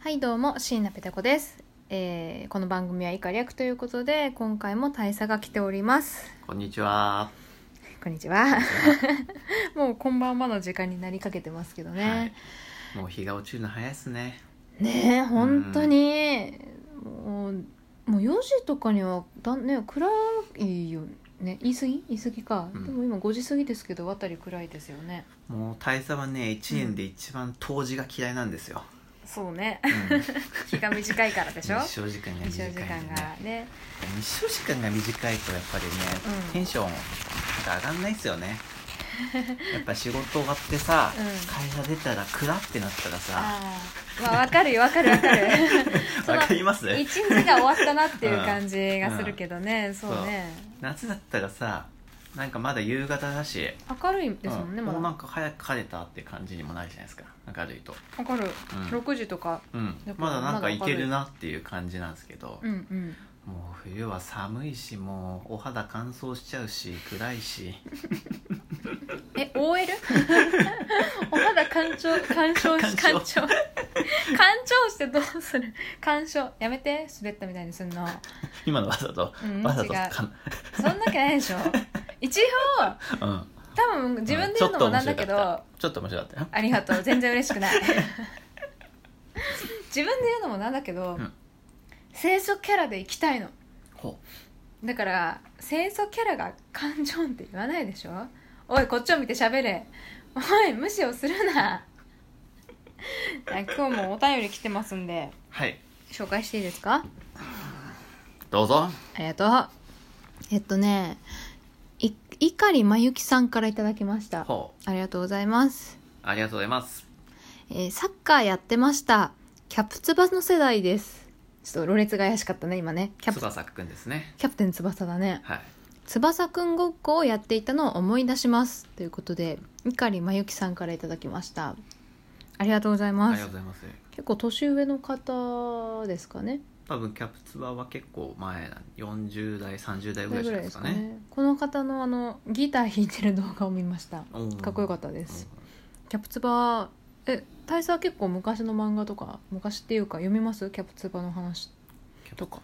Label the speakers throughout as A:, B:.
A: はいどうも椎名ペタ子です、えーこの番組は以下略ということで今回も大佐が来ております
B: こんにちは。
A: こんにちは もうこんばんはの時間になりかけてますけどね、
B: はい、もう日が落ちるの早いですね。
A: ねえ本当にもうもう4時とかにはだね暗いよね言い過ぎ言い過ぎか、
B: うん
A: でも今5時過ぎですけど渡り暗いですよね
B: もう大佐はね、一年で一番冬至が嫌いなんですよ。
A: そうね
B: うん、
A: 日が短いからで
B: 日照時間が
A: 日照
B: 短いん
A: 時
B: で
A: 間
B: ね。
A: がね
B: 日照時間が短いとやっぱりね、
A: うん
B: テンションが上がんないですよ ね。やっぱ仕事終わってさ、
A: うん
B: 会社出たら暗ってなったらさ、
A: ああまあわかるよわかるわ かるそ
B: わ
A: の
B: かります
A: 一日が終わったなっていう感じがするけどね、そうね
B: 夏だったらさ、なんかまだ夕方だし、
A: 明るいですもんね、
B: うん
A: ま
B: もうな
A: だ
B: んか早く晴れたって感じにもなるじゃないですか明るいと、
A: 明るい、
B: うん
A: 6時とか
B: うん
A: だから、
B: まだなんかいける
A: ま
B: なっていう感じなんですけど、
A: うんうん
B: もう冬は寒いしもうお肌乾燥しちゃうし暗いし
A: え OL? お肌干潮干潮
B: 干
A: 干
B: 潮
A: 潮干潮してどうする干潮やめて滑ったみたいにすんの
B: 今のわざと、
A: うん
B: わざと
A: 違う
B: か
A: そんなわけないでしょ一応
B: な、うん、
A: 多分自分で言うのもなんだけど、
B: ちょっと面白かったちょっと面白かったよ
A: ありがとう全然嬉しくない 自分で言うのもなんだけど、
B: うん
A: 清楚キャラでいきたいの
B: ほ
A: だから清楚キャラが感情って言わないでしょおいこっちを見て喋れおい無視をするなあ今日もお便り来てますんで
B: はい
A: 紹介していいですか
B: どうぞ
A: ありがとうえっとねい碇真由紀さんからいただきました
B: ほう
A: ありがとうございます
B: ありがとうございます
A: えーサッカーやってました。キャプツバの世代です。ちょっと、ろれつが怪しかったね、今ね。キャプ、
B: 翼くんですね
A: キャプテン翼だね。
B: はい
A: 翼くんごっこをやっていたのを思い出します。ということで、碇真由紀さんからいただきました。ありがとうござい
B: あり
A: ま
B: がとう
A: す
B: ご。ざいます
A: 結構年上の方ですかね。
B: 多分キャプツバは結構前なん40代30代
A: どれ
B: ぐらいじ
A: ぐら
B: ゃない
A: い
B: で
A: ですす
B: か
A: か
B: ね
A: ね。この方のあの、ギター弾いてる動画を見ました。かっこよか
B: っ
A: ったで。
B: です
A: キャプツバえ、大佐は結構昔の漫画とか、昔っていうか読みますキャプツバの話って
B: キャプツ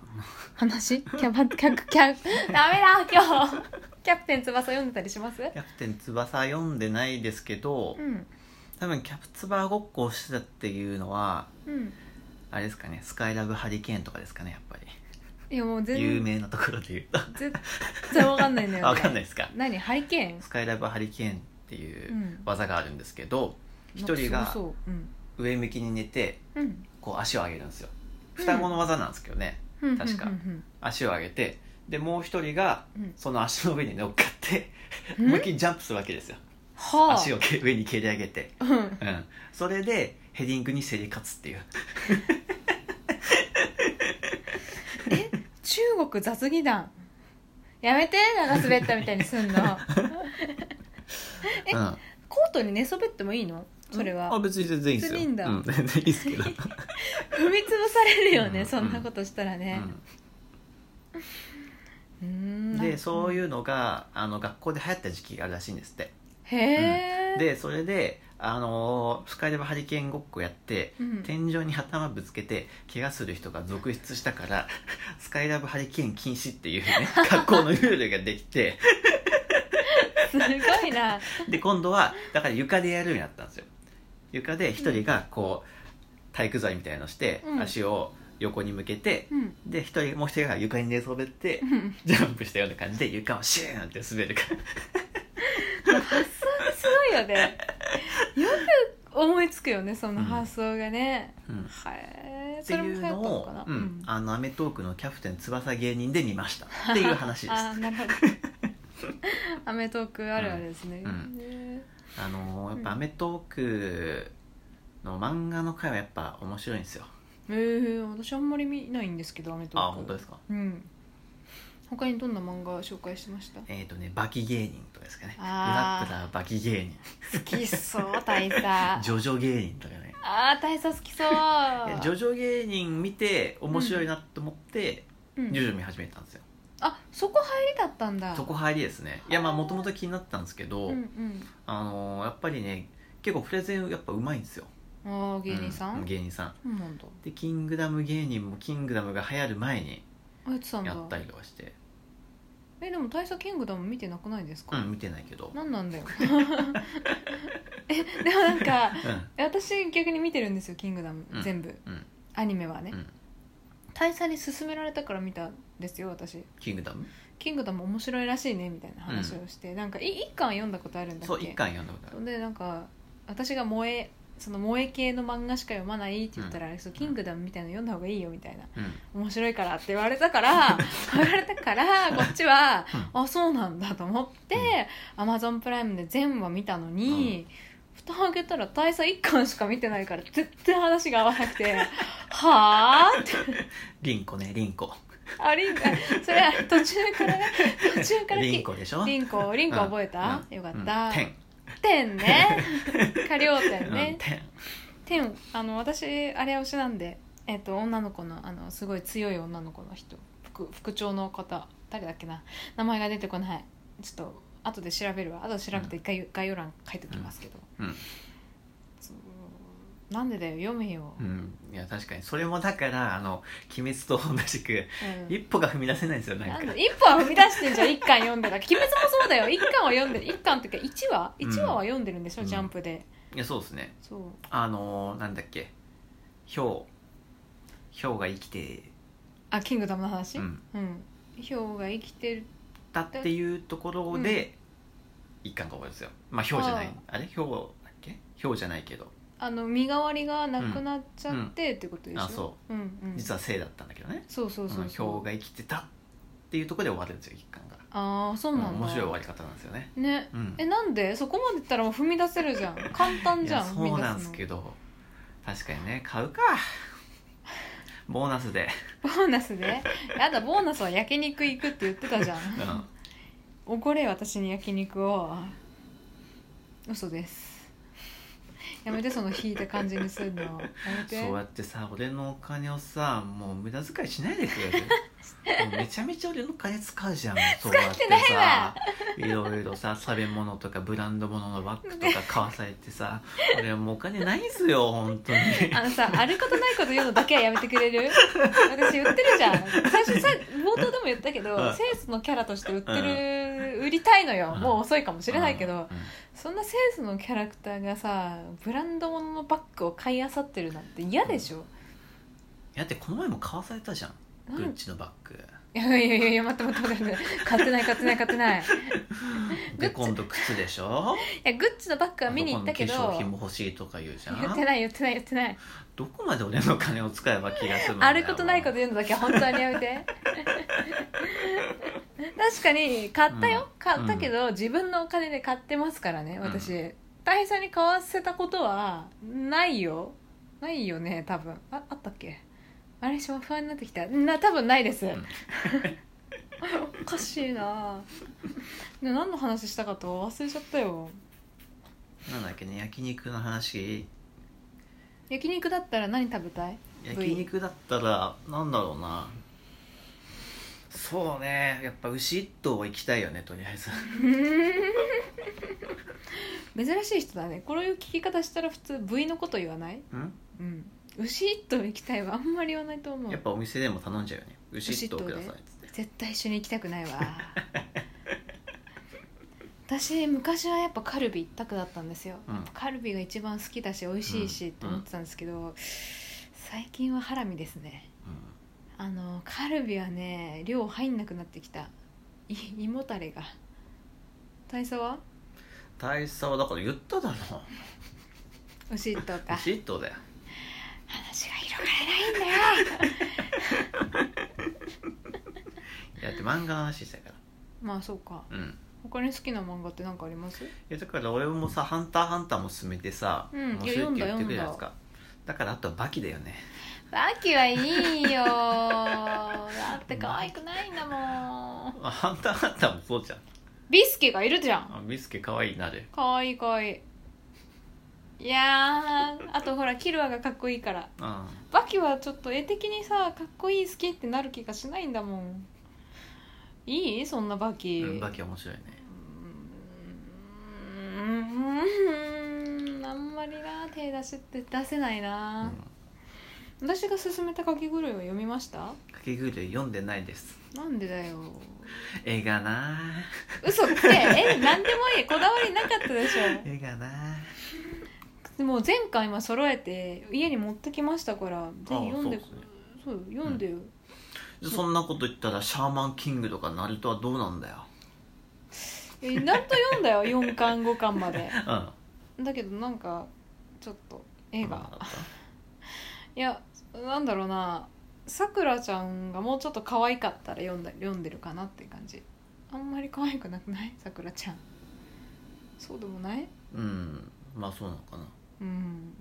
A: 話キャバキャキャダメだ今日キャプテン翼読んでたりします
B: キャプテン翼読んでないですけど、
A: うん
B: 多分キャプツバーごっこをしてたっていうのは
A: うん
B: あれですかねスカイラブハリケーンとかですかねやっぱり
A: いやもう
B: 有
A: 全然
B: 名なところで言うと
A: 絶対わかん ないんだよ
B: わ
A: ね
B: かんないですか
A: 何ハリケーン
B: スカイラブハリケーンっていう
A: うん
B: 技があるんですけど、一人
A: なん
B: が
A: かすごそううん
B: 上向きに寝て
A: うん
B: こう足を上げるんですよ
A: うん
B: 双子の技なんですけどね、
A: うんうん
B: 確か
A: うん
B: 足を上げてでもう一人が
A: うん
B: その足の上に乗っかって
A: うん
B: 思いっきりジャンプするわけですよ
A: はあ
B: 足をけ上に蹴り上げて
A: うん
B: うんそれでヘディングに競り勝つっていう
A: 中国雑技団やめてなんか滑ったみたいにすんのえ
B: うん
A: コートに寝そべってもいいのそれは
B: あ別に全然いいですよ
A: 別にいいんだ
B: うん、全然いいです けど、
A: 踏み潰されるよね
B: うん
A: そんなことしたらねうー
B: うんんでそう
A: う
B: いうのがあの学校で流行った時期があるらしいんですって
A: へえ、
B: でそれであのースカイダブハリケーンごっこやって
A: うん
B: 天井に頭ぶつけて怪我する人が続出したから スカイラブハリケーン禁止っていうね 学校のルールができて
A: すごいな。
B: で今度はだから床でやるようになったんですよ床で一人がこう体育座りみたいのして
A: うん
B: 足を横に向けて
A: うん。
B: で一人もう一人が床に寝そべってジャンプしたような感じで床をシューンって滑るから
A: すごいよね。よく思いつくよね、その発想がね。
B: うん
A: はい。
B: って
A: それも
B: い
A: 流行っ
B: う
A: た
B: の
A: の
B: を
A: かな。、
B: うんあの『アメトーーク』のキャプテン翼芸人で見ましたっていう話で す
A: あ
B: あ
A: ーなるほど。アメトークあるあるですね。
B: うん
A: ね
B: のーやっぱ
A: う
B: 『
A: ん
B: アメトーーク』の漫画の回はやっぱ面白いんですよ
A: えー、私あんまり見ないんですけど、アメトーク。
B: あ本当ですか
A: うん。他にどんな漫画紹介してました
B: えっ、ー、とねバキ芸人とかですかねブ
A: あ
B: ラ
A: ー
B: ックだバキ芸人
A: 好きそう、大佐。あ
B: ジョジョ芸人とかね
A: あー、大佐好きそう。
B: いやジョジョ芸人見て面白いなと思って、
A: うん
B: ジョジョ見始めたんですよ
A: あ、そこ入りだったんだ。
B: そこ入りですねいやまあもともと気になってたんですけど、
A: うんうん。
B: あのーやっぱりね結構プレゼンやっぱうまいんですよ
A: うああ芸人さ、
B: うん芸人さん
A: そうなんだ
B: でキングダム芸人もキングダムが流行る前に
A: あやってたんだ
B: やったりとかして
A: えでも大佐キングダム見てなくないです
B: う
A: か、
B: ん見てないけど
A: なんなんだよえでもなんか
B: うん
A: 私逆に見てるんですよ「キングダム」
B: うん
A: 全部
B: うん
A: アニメはね、
B: うん
A: 大佐に勧められたから見たんですよ私
B: キングダム
A: 「キングダム面白いらしいね」みたいな話をして、なんかい一巻読んだことあるんだっけ
B: そう一巻読んだことある
A: そんでなんか私が萌えその萌え系の漫画しか読まないって言ったら「そうキングダム」みたいなの読んだ方がいいよみたいな
B: うん
A: 面白いからって言われたから 言われたからこっちは、あそうなんだと思って、アマゾンプライムで全話見たのに、蓋開けたら大佐1巻しか見てないから絶対話が合わな くてはあって
B: リンコねリンコ
A: あリンコそれは途中からね途中からき
B: リンコでしょ
A: リンコリンコ覚えた、
B: うん
A: よかっ
B: うん
A: た、
B: 天
A: 天 ね加料天
B: う
A: ね
B: ん、天
A: 天あの私あれ推しなんで、えっと女の子のあのすごい強い女の子の人副副長の方誰だっけな名前が出てこないちょっと後で調べるわ後で調べて概,、概要欄書いておきますけど、
B: うんうん
A: そうなんでだよ読めよ、
B: う
A: うん
B: んいや確かにそれもだからあの鬼滅と同じく一歩が踏み出せないんですよなん
A: な
B: か
A: んだ一本は踏み出してんじゃん一巻読んでた鬼滅もそうだよ一巻は読んでる一巻っていうか一話一話は読んでるんでしょ、
B: うん
A: ジャンプで
B: いやそうですね
A: そう
B: あのー、なんだっけヒョウヒョウが生きて
A: あキングダムの話
B: うん
A: うん、ヒョウが生きてる
B: たっていうところで、一巻が終わるんですよまあヒョウじゃない
A: あ
B: あれヒョウだっけヒョウじゃないけど
A: あの身代わりがなくなっちゃって、ってことでしょ、
B: あそう
A: んうん、
B: 実は生だったんだけどね
A: そうそうそう
B: ヒ
A: そ
B: ョ
A: う、
B: ウが生きてたっていうところで終わるんですよ一巻が
A: ああそうなんだ、
B: 面白い終わり方なんですよね
A: ね
B: うん
A: えなんでそこまでいったらもう踏み出せるじゃん簡単
B: い
A: じゃ
B: や
A: ん
B: そうなんですけ
A: ど
B: ど確かにね買うかボーナス で、
A: ボーナスでやだボーナスは焼肉行くって言ってたじゃん
B: うん、
A: おごれ私に焼肉を嘘ですやめてその引いた感じにするのやめて
B: そうやってさ俺のお金をさもう無駄遣いしないでく れるもうめちゃめちゃ俺の金使うじゃんそうやってさいろいろさ食べ物とかブランド物のバッグ とか買わされてさ俺はもうお金ないんすよ本当に
A: あのさ、あることないこと言うのだけはやめてくれる私言ってるじゃん。最初さ、冒頭でも言ったけ
B: う
A: ど、
B: ん
A: センスのキャラとして売ってる、売りたいのよ。
B: うん
A: もう遅いかもしれないけ
B: うん
A: ど、そんなセンスのキャラクターがさ、ブランド物のバッグを買い漁ってるなんて嫌でしょ。
B: だってこの前も買わされたじゃん
A: なん
B: グ
A: い
B: ッチのバッグ
A: やいやいやいや、待って待って待って待って。買ってない買ってない買ってない。い
B: で今度靴でしょ
A: や、グッチのバッグは 見に行ったけど、
B: あと今度化粧品も欲しいとか言うじゃ
A: 言って
B: ん
A: ない言ってない言ってない。
B: どこまで俺のお金を使えば気が済むんだ
A: あ
B: よ
A: ることないこと言うのだけは本当にやめ て確かに買ったよ、
B: うん
A: 買ったけど、自分のお金で買ってますからね私、大佐に買わせたことはないよないよね多分ああったっけあれしも不安になってきたな多分ないです、
B: ん
A: おかしいなで何の話したかと忘れちゃったよ
B: なんだっけね焼肉の話
A: 焼肉だったら何食べたい
B: 焼肉だったらなんだろうなそうねやっぱ牛一頭は行きたいよねとりあえず
A: 珍しい人だねこういう聞き方したら普通部位のこと言わない
B: うん
A: うん牛一頭行きたいはあんまり言わないと思う
B: やっぱお店でも頼んじゃうよね牛一頭くださいっつって
A: 絶対一緒に行きたく ないわ私昔はやっぱカルビ一択だったんですよ、
B: うん
A: カルビが一番好きだし美味しいしと思ってたんですけど、最近はハラミですねあのカルビはね量入んなくなってきたい胃もたれが大佐は
B: 大佐はだから言っただろ
A: 牛一頭か
B: 牛一頭だよ
A: 話が広がらないんだよ
B: いやだって漫画の話したから
A: まあそうか
B: うん
A: 他に好きな漫画って何かあります
B: いやだから俺もさ「ハンターハンター」も勧めてさ、
A: うん
B: 面白いって言ってくる
A: い
B: じゃない
A: や読んだ
B: ですかだからあとはバキだよね
A: バキはいいよだって可愛くないんだもん
B: あハンターハンターもそうじゃん
A: ビスケがいるじゃん
B: あビスケ可愛いなで
A: 可愛い可愛いいやーあとほらキルアがかっこいいから
B: うん
A: バキはちょっと絵的にさかっこいい好きってなる気がしないんだもんいいそんなバキ
B: うんバキ面白いね
A: うーんうーんあんままりな手出しって出せないな、
B: う
A: 私が勧めたかき狂いは読みました
B: んかき氷読んでないです
A: なんでだよ
B: 絵がな
A: 嘘つけえなんでもいいこだわりなかったでしょ
B: 絵がな
A: でも前回今揃えて家に持ってきましたからぜひ読んで
B: ああそうですね
A: そう読んでよ、
B: じゃあそんなこと言ったらシャーマンキングとかナルトはどうなんだよ
A: えなんと読んだよ4巻5巻まで
B: うん
A: だけどなんかちょっと絵が、
B: あ
A: いやなんだろうなさくらちゃんがもうちょっと可愛かったら読んだ読んでるかなって感じあんまり可愛くなくないさくらちゃんそうでもない
B: うんまあそうなのかな
A: うん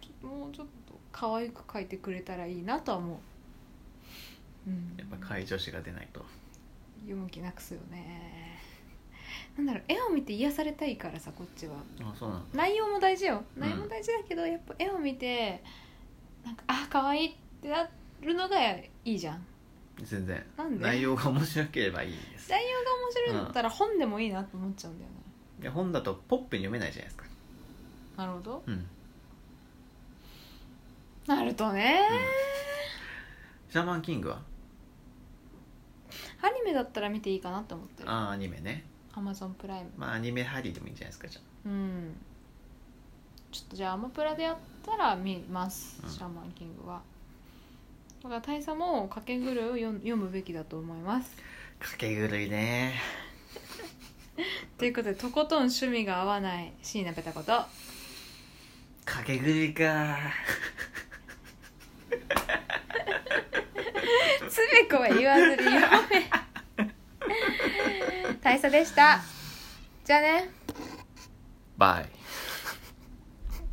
A: ちょもうちょっと可愛く描いてくれたらいいなとは思う、うん、
B: やっぱ会女子が出ないと
A: 読む気なくすよねなんだろう絵を見て癒されたいからさこっちは
B: あそうなんだ
A: 内容も大事よ
B: うん
A: 内容も大事だけど、やっぱ絵を見てなんかあ可愛いってなるのがいいじゃん
B: 全然
A: なんで
B: 内容が面白ければいいです
A: 内容が面白いんだったら本でもいいなと思っちゃうんだよね、
B: いや本だとポップに読めないじゃないですか
A: なるほど
B: うん
A: なるとね、
B: シャーマンキングは
A: アニメだったら見ていいかなと思ってる
B: あーアニメね
A: アマゾンプライム
B: まあアニメハリーでもいいんじゃないですかじゃ
A: うんちょっとじゃあアマプラでやったら見ます、
B: うん
A: シャーマンキングはだから大佐も「かけ狂い」を読ん読むべきだと思います
B: あかけ狂いね
A: ということでとことん趣味が合わない椎名ペタこと
B: かけ狂いか
A: つべこは言わずに読め大佐でしたじゃあね
B: バイ